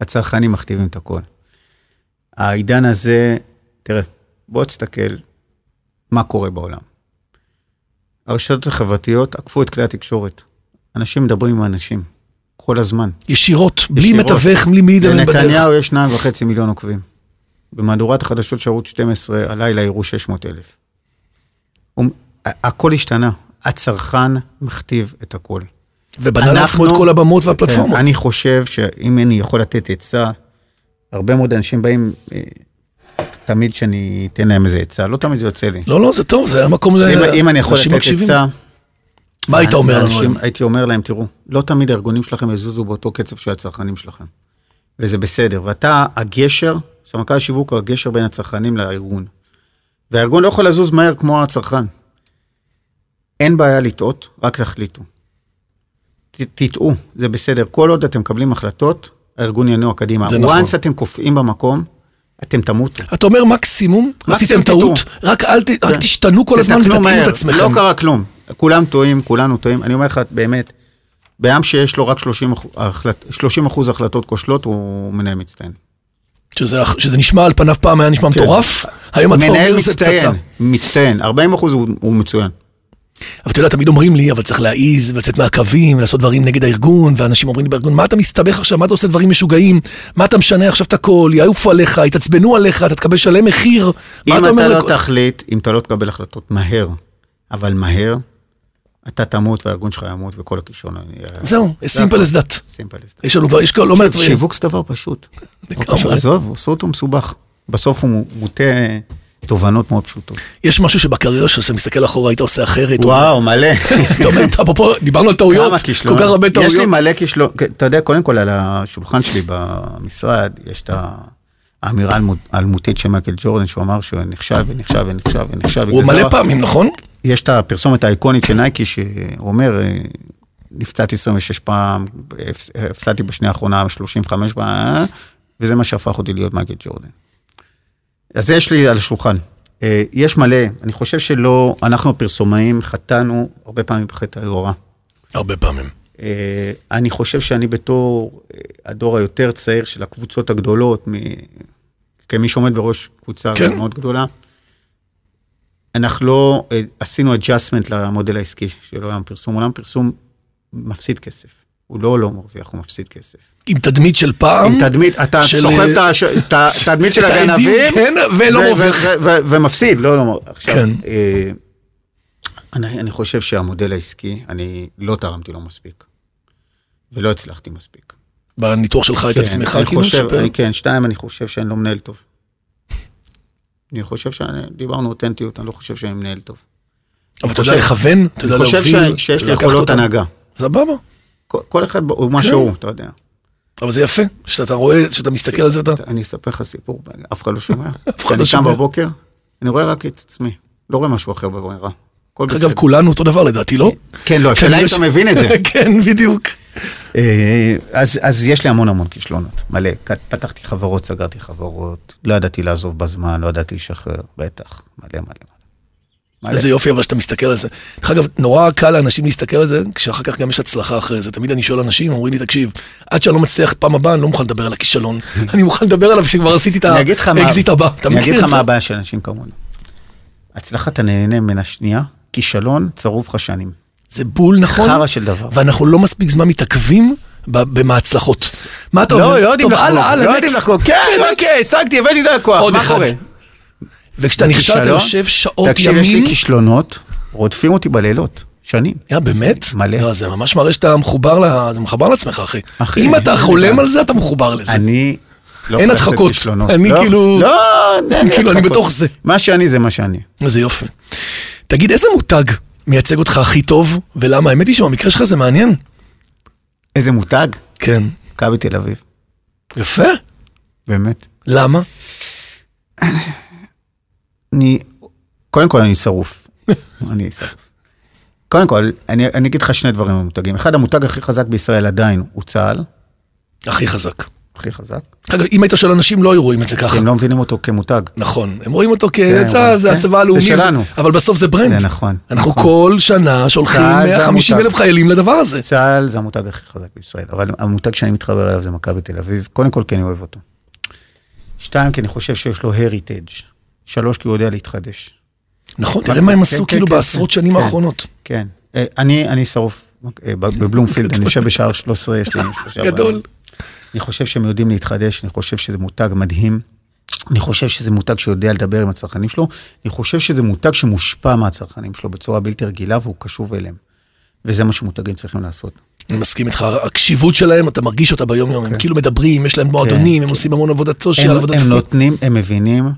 הצרכנים מכתיבים את הכל. העידן הזה, תראה, בוא תסתכל מה קורה בעולם. הרשתות החברתיות עקפו את כלי התקשורת. אנשים מדברים עם אנשים, כל הזמן.
ישירות, בלי
ישירות.
מתווך, בלי מידלמן בדרך.
לנתניהו יש שניים וחצי מיליון עוקבים. במהדורת החדשות של ערוץ 12 הלילה הראו 600 אלף. הכל השתנה, הצרכן מכתיב את הכל.
ובנה לעצמו את
אנחנו- כן,
כל הבמות והפלטפורמות.
אני חושב שאם אני יכול לתת עצה, הרבה מאוד אנשים באים, אה, תמיד שאני אתן להם איזה עצה, לא תמיד זה יוצא לי.
לא, לא, זה טוב, זה המקום,
אם- אם אני יכול
אנשים
לתת
מקשיבים.
עצה,
מה היית אומר לנו?
לאנשים,
היום?
הייתי אומר להם, תראו, לא תמיד הארגונים שלכם יזוזו באותו קצב של הצרכנים שלכם. וזה בסדר. ואתה הגשר, סמנכ"ל השיווק הוא הגשר בין הצרכנים לארגון. והארגון לא יכול לזוז מהר כמו הצרכן. אין בעיה לטעות, רק תחליטו. ת- תטעו, זה בסדר. כל עוד אתם מקבלים החלטות, הארגון ינוע קדימה.
זה נכון.
once אתם קופאים במקום, אתם תמותו.
אתה אומר מקסימום, עשיתם
תטעו.
טעות, רק אל ת- רק תשתנו כל הזמן
תתקנו
ותתקנו את
כן. מהר,
עצמכם.
לא קרה כלום. כולם טועים, כולנו טועים. אני אומר לך, באמת, בעם שיש לו רק 30 אחוז, 30 אחוז החלטות כושלות, הוא מנהל מצטיין.
שזה, שזה נשמע על פניו פעם היה נשמע מטורף, היום אתה
כן. מנהל
אומר זה פצצה.
מצטיין, מצטיין, 40 אחוז הוא מצוין.
אבל אתה יודע, תמיד אומרים לי, אבל צריך להעיז ולצאת מהקווים, ולעשות דברים נגד הארגון, ואנשים אומרים לי בארגון, מה אתה מסתבך עכשיו, מה אתה עושה דברים משוגעים, מה אתה משנה עכשיו את הכל, יעופו עליך, יתעצבנו עליך, אתה תקבל שלם מחיר. מה
אם אתה
אומר
לא
לכ-
תחליט, אם אתה לא תקבל החלטות מהר, אבל מהר, אתה תמות והארגון שלך ימות וכל הכישרון... יהיה-
זהו, as simple as that.
simple as that.
יש לנו כבר, יש כבר לא מעט...
שיווק זה דבר פשוט.
לגמרי.
פשוט, עזוב, עשו אותו מסובך. בסוף הוא מוטה תובנות מאוד פשוטות.
יש משהו שבקריירה שלך, כשאתה מסתכל אחורה, היית עושה אחרת. או-
וואו, מלא.
אתה אומר, אפרופו, דיברנו על טעויות,
כמה
כל
כישלונות.
כך הרבה טעויות.
יש לי מלא כישלונות. כן, אתה יודע, קודם כל על השולחן שלי במשרד, יש את האמירה האלמות- האלמותית של מייקל ג'ורדן, שהוא אמר שהוא נכשל ונכשל ונכשל ונכשל.
הוא
בגלל זה
מלא
לא-
פעמים, נכון?
יש את הפרסומת האיקונית של נייקי, שאומר, אה, נפצעתי 26 פעם, הפס- הפסדתי בשנייה האחרונה 35 פעם, אה, וזה מה שהפך אותי להיות מייקל ג'ורדן. אז זה יש לי על השולחן. אה, יש מלא, אני חושב שלא, אנחנו הפרסומאים חטאנו הרבה פעמים בחטא היורה.
הרבה פעמים.
אה, אני חושב שאני בתור אה, הדור היותר צעיר של הקבוצות הגדולות, מ... כמי שעומד בראש קבוצה
כן.
כן. מאוד גדולה, אנחנו לא אה, עשינו adjustment למודל העסקי של עולם פרסום. עולם פרסום מפסיד כסף. הוא לא לא מרוויח, הוא מפסיד כסף.
עם תדמית של פעם.
עם תדמית, אתה
אמ, של-
סוחב את הש- את התדמית של
את העדים,
הגנבים,
כן, ולא
ו-
מרוויח.
ו- ו- ומפסיד, לא, לא, עכשיו,
כן.
אה, אני אני חושב שהמודל העסקי, אני לא תרמתי לו מספיק, ולא הצלחתי מספיק.
בניתוח שלך את
כן,
עצמך,
אני
כאילו,
חושב-
שפר-
אני- כן, שתיים, אני חושב שאני לא מנהל טוב. אני חושב שאני, דיברנו אותנטיות, אני לא חושב שאני מנהל טוב.
אבל אתה יודע
חושב-
לכוון, אתה יודע
אני חושב
להוביל.
שאני- שיש לי
לקחת
יכולות
אותם. כן.
הנהגה.
סבבה.
כל- כל אחד ב- הוא מה שהוא, אתה יודע.
אבל זה יפה, שאתה רואה, שאתה מסתכל על זה ואתה...
אני אספר לך סיפור, אף אחד לא שומע.
אחד לא
אני קם
שומע.
בבוקר, אני רואה רק את עצמי, לא רואה משהו אחר בברירה. הכל
דרך אגב,
בסדר.
כולנו אותו דבר לדעתי, לא?
כן, לא, השאלה
כנראה
אם
ש-
אתה מבין את זה.
כן, בדיוק.
אה, אז אז יש לי המון המון כישלונות, מלא. כת- פתחתי חברות, סגרתי חברות, לא ידעתי לעזוב בזמן, לא ידעתי לשחרר, בטח, מלא מלא מלא. מלא.
איזה יופי, אבל שאתה מסתכל על זה. דרך אגב, נורא קל לאנשים להסתכל על זה, כשאחר כך גם יש הצלחה אחרי זה. תמיד אני שואל אנשים, אומרים לי, תקשיב, עד שאני לא מצליח פעם הבאה, אני לא מוכן לדבר על הכישלון. אני מוכן לדבר עליו כשכבר עשיתי את
אני אגיד לך מה-
האקזיט אה, הבא. אתה
אני אגיד
מכיר את
לך
זה?
מה הבעיה של אנשים כמונו. הצלחה אתה נהנה ממנה שנייה, כישלון צרוב לך שנים.
זה בול נכון.
חרא של דבר.
ואנחנו לא מספיק זמן מתעכבים ב- במהצלחות. מה אתה אומר?
לא, לא יודעים
טוב,
לחגוג,
הלאה, הלאה,
לא
next.
יודעים לחגוג. כן,
next.
אוקיי, השגתי, הבאתי את הלקוח,
עוד
מה
אחד.
קורה?
וכשאתה נכשל, אתה
כישלון?
יושב שעות
תקשיב, יש לי
ימים.
כישלונות, רודפים אותי בלילות, שנים.
יא, באמת?
מלא.
לא, זה ממש מראה שאתה מחובר ל- אתה מחובר לעצמך, אחי.
אחי,
אם
אני-
אתה
אני-
חולם על זה, אתה מחובר לזה.
אני... לא
אין
יכול לשאת
הדחקות.
כישלונות.
אני
לא-
כאילו-
לא, אין
כאילו, אני
הדחקות.
בתוך זה.
מה שאני זה מה שאני.
איזה יופי. תגיד, איזה מותג מייצג אותך הכי טוב, ולמה? האמת היא שבמקרה שלך זה מעניין.
איזה מותג?
כן.
מכבי תל אביב.
יפה.
באמת.
למה?
אני... קודם כל, אני שרוף. אני שרוף. קודם כל, אני, אני אגיד לך שני דברים במותגים. אחד, המותג הכי חזק בישראל עדיין הוא צה"ל,
הכי חזק.
הכי חזק.
דרך אגב, אם היית שואל אנשים, לא היו רואים את זה ככה.
אתם לא מבינים אותו כמותג.
נכון, הם רואים אותו
כן,
כצה"ל, זה
כן.
הצבא הלאומי,
זה שלנו.
אבל בסוף זה ברנד.
זה נכון,
אנחנו
נכון.
כל שנה שולחים
צה"ל זה
150 אלף
המותג.
חיילים לדבר הזה.
צה"ל זה המותג הכי חזק בישראל, אבל המותג שאני מתחבר אליו זה מכבי תל אביב. קודם כל, כי אני אוהב אותו. שתיים, כי אני חושב שיש לו heritage. שלוש, כי הוא יודע להתחדש.
נכון, תראה מה הם
כן,
עשו
כן,
כאילו
כן,
בעשרות
כן,
שנים
כן.
האחרונות.
כן. אה, אני, אני שרוף אה, ב- בבלומפילד, אני יושב בשער 13, יש לי שלושה
גדול.
בעלים. אני חושב שהם יודעים להתחדש, אני חושב שזה מותג מדהים. אני חושב שזה מותג שיודע לדבר עם הצרכנים שלו. אני חושב שזה מותג שמושפע מהצרכנים שלו בצורה בלתי רגילה והוא קשוב אליהם. וזה מה שמותגים צריכים לעשות.
אני מסכים איתך, הקשיבות שלהם, אתה מרגיש אותה ביום-יום, הם כאילו מדברים, יש להם מועדונים, הם עושים המון עבודת סושיאל,
כן. הם, לא-
עבודת
הם
פי-
נותנים, הם מבינים,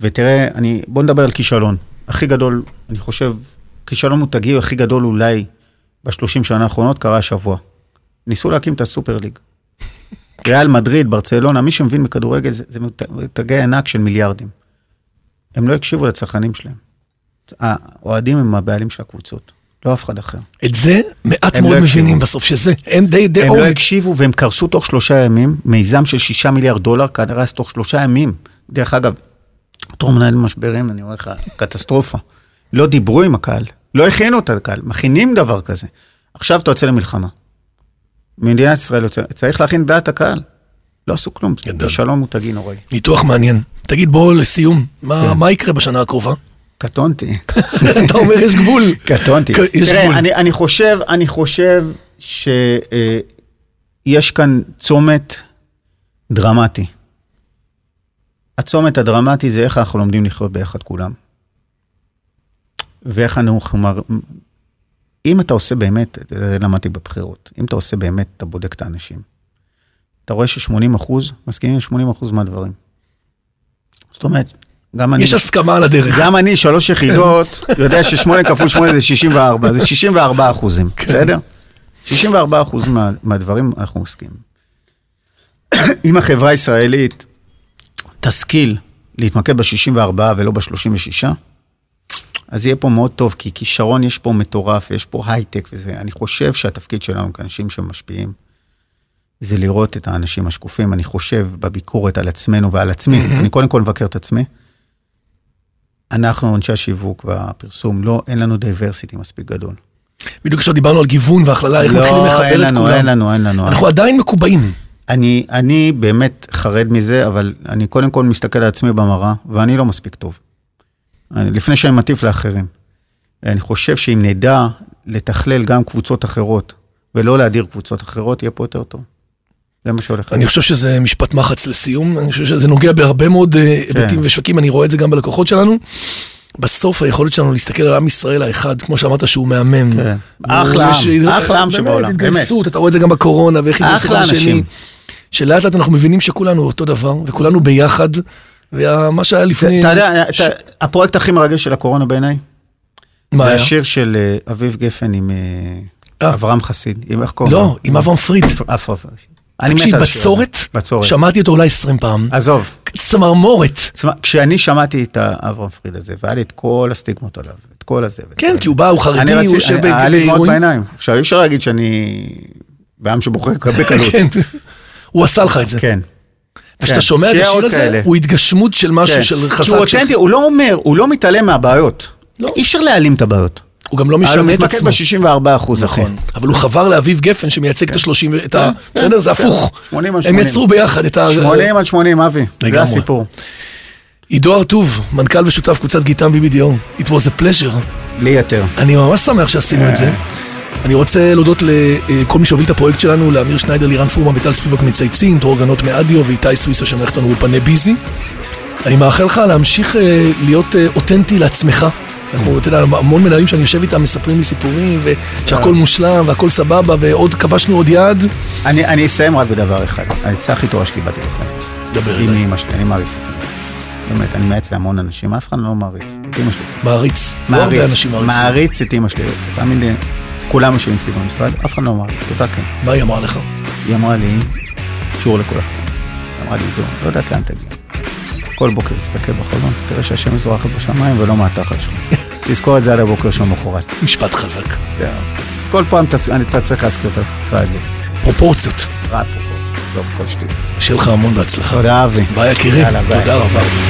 ותראה, אני, בוא נדבר על כישלון. הכי גדול, אני חושב, כישלון מותגי הכי גדול אולי בשלושים שנה האחרונות קרה השבוע. ניסו להקים את הסופר ליג. ריאל מדריד, ברצלונה, מי שמבין בכדורגל זה, זה מת- מותגי ענק של מיליארדים. הם לא הקשיבו לצרכנים שלהם. האוהדים הם הבעלים של הקבוצות, לא אף אחד אחר.
את זה מעט
הם
מאוד
לא
מבינים
הקשיבו.
בסוף שזה, הם די די
הם לא
אורג.
הקשיבו והם קרסו תוך שלושה ימים, מיזם של שישה מיליארד דולר קרס תוך שלושה ימים. דרך אגב, בתור מנהל משברים, אני אומר לך, קטסטרופה. לא דיברו עם הקהל, לא הכינו את הקהל, מכינים דבר כזה. עכשיו אתה יוצא למלחמה. מדינת ישראל יוצא, צריך להכין דעת הקהל. לא עשו כלום,
גדל.
כישלון מותגי נוראי.
ניתוח מעניין. תגיד, בוא לסיום,
כן.
מה, מה יקרה בשנה הקרובה?
קטונתי.
אתה אומר, יש גבול.
קטונתי.
ק- יש גבול.
כן, תראה, אני, אני חושב, אני חושב שיש כאן צומת דרמטי. הצומת הדרמטי זה איך אנחנו לומדים לחיות ביחד כולם. ואיך אנחנו... מר- אם אתה עושה באמת, זה למדתי בבחירות, אם אתה עושה באמת, אתה בודק את האנשים. אתה רואה ש-80 אחוז, מסכימים ל-80 אחוז מהדברים. זאת אומרת, גם אני... לא
יש הסכמה על הדרך.
גם אני, שלוש יחידות, יודע ששמונה כפול שמונה זה 64, זה 64 אחוזים, בסדר? 64 אחוז מה, מהדברים אנחנו עוסקים. אם החברה הישראלית תשכיל להתמקד ב-64 ולא ב-36, אז יהיה פה מאוד טוב, כי כישרון יש פה מטורף, יש פה הייטק וזה. אני חושב שהתפקיד שלנו כאנשים שמשפיעים, זה לראות את האנשים השקופים. אני חושב בביקורת על עצמנו ועל עצמי, אני קודם כל מבקר את עצמי. אנחנו, אנשי השיווק והפרסום, לא, אין לנו דייברסיטי מספיק גדול.
בדיוק עכשיו דיברנו על גיוון והכללה, איך מתחילים
לא, אין
לחבר את
לנו, אין
כולם.
לנו, אין לנו.
אנחנו עדיין מקובעים.
אני, אני באמת חרד מזה, אבל אני קודם כל מסתכל על עצמי במראה, ואני לא מספיק טוב. אני, לפני שאני מטיף לאחרים. אני חושב שאם נדע לתכלל גם קבוצות אחרות, ולא להדיר קבוצות אחרות, יהיה פה יותר טוב. זה מה שהולך.
אני חושב שזה משפט מחץ לסיום, אני חושב שזה נוגע בהרבה מאוד אה,
כן.
היבטים ושווקים, אני רואה את זה גם בלקוחות שלנו. בסוף היכולת שלנו להסתכל על עם ישראל האחד, כמו שאמרת שהוא מהמם.
כן.
והוא-
אחלה
יש-
עם, אחלה עם
באמת,
שבעולם, באמת.
התגייסות, אתה רואה את זה גם בקורונה, ואיך
אחלה
התגייסות השני.
אנשים.
שלאט לאט אנחנו מבינים שכולנו אותו דבר, וכולנו ביחד, ומה שהיה
אתה
לפני...
יודע,
ש-
אתה- הפרויקט הכי מרגש של הקורונה בעיניי,
מה
זה
היה?
השיר של אה, אביב גפן עם אה,
אה.
אברהם חסיד, עם איך קוראים לו?
לא, עם אברהם פריד.
אף אף. אני מת
תקשיב,
על השיר
בצורת,
הזה. בצורת. אה.
שמעתי אותו אולי 20 פעם,
עזוב.
צמרמורת.
תשמע, כשאני שמעתי את האברהם פריד הזה, והיה לי את כל הסטיגמות עליו, את כל הזה. ואת
כן,
כל
כי הוא
הזה.
בא, הוא חרדי,
אני
הוא
רציתי-
יושב
היה לי דמעות
באירועים.
בעיניים. עכשיו, אי אפשר להגיד שאני בעם שבוחר בקלות.
כן. הוא עשה לך את זה.
כן.
וכשאתה
כן.
שומע את
שיהיה
השיר
עוד
הזה,
כאלה.
הוא התגשמות של משהו
כן.
של
כי
חזק.
הוא
של-
אותנטי, הוא לא אומר, הוא לא מתעלם מהבעיות.
לא.
אי אפשר להעלים את הבעיות.
הוא גם לא
אבל הוא
משנה את
מתמקד כן.
עצמו.
ב-64 אחוז, אחי.
נכון. אבל הוא חבר לאביב גפן שמייצג
כן.
את השלושים, ו- את ה... בסדר? זה הפוך.
80 כן. על
הם
80.
יצרו ביחד את ה...
80 על 80, אבי.
לגמרי.
זה הסיפור.
עידו הרטוב, מנכ"ל ושותף קבוצת גיטם BBDO. It was a pleasure.
לי יותר.
אני ממש שמח שעשינו את זה.
כן.
אני רוצה להודות לכל מי שהוביל את הפרויקט שלנו, לאמיר שניידר, לירן פורמן וטל ספיבק מצייצים, דרור גנות מאדיו ואיתי סוויסה שמערכת לנו אולפני ביזי. אני מאחל לך להמשיך אה, להיות אה, אותנטי לעצמך. אנחנו,
Mm.
אתה יודע, המון מנהלים שאני יושב איתם מספרים לי סיפורים, ושהכול
אה.
מושלם והכול סבבה, ועוד כבשנו עוד יעד.
אני אני אסיים רק בדבר אחד. העצה הכי טובה שקיבלתי בחיים.
דבר
עם
אליי.
אימא שלי, אני מעריץ אותה. באמת, אני מעץ להמון אנשים, אף אחד לא מעריץ. את אימא שלי.
מעריץ. לא הרבה
מעריץ,
אנשים מעריצים.
מעריץ את אימא שלי. תאמין לי, כולם יושבים אצלי במשרד, אף אחד לא מעריץ, אותה כן.
מה היא אמרה לך?
היא אמרה לי, שיעור לכל החיים. היא אמרה לי, "עידו, לא יודעת לאן תגיע. כל בוקר תסתכל בחלון, תראה שהשם מזורחת בשמיים ולא מהתחת שלך. תזכור את זה עד הבוקר שלמחרת.
משפט חזק.
זהו. כל פעם תס- אתה צריך להזכיר את עצמך את זה.
פרופורציות.
רק, עזוב, כל שטות.
שיהיה לך המון בהצלחה.
תודה, אבי.
ביי יקירי.
יאללה, ביי.
תודה רבה.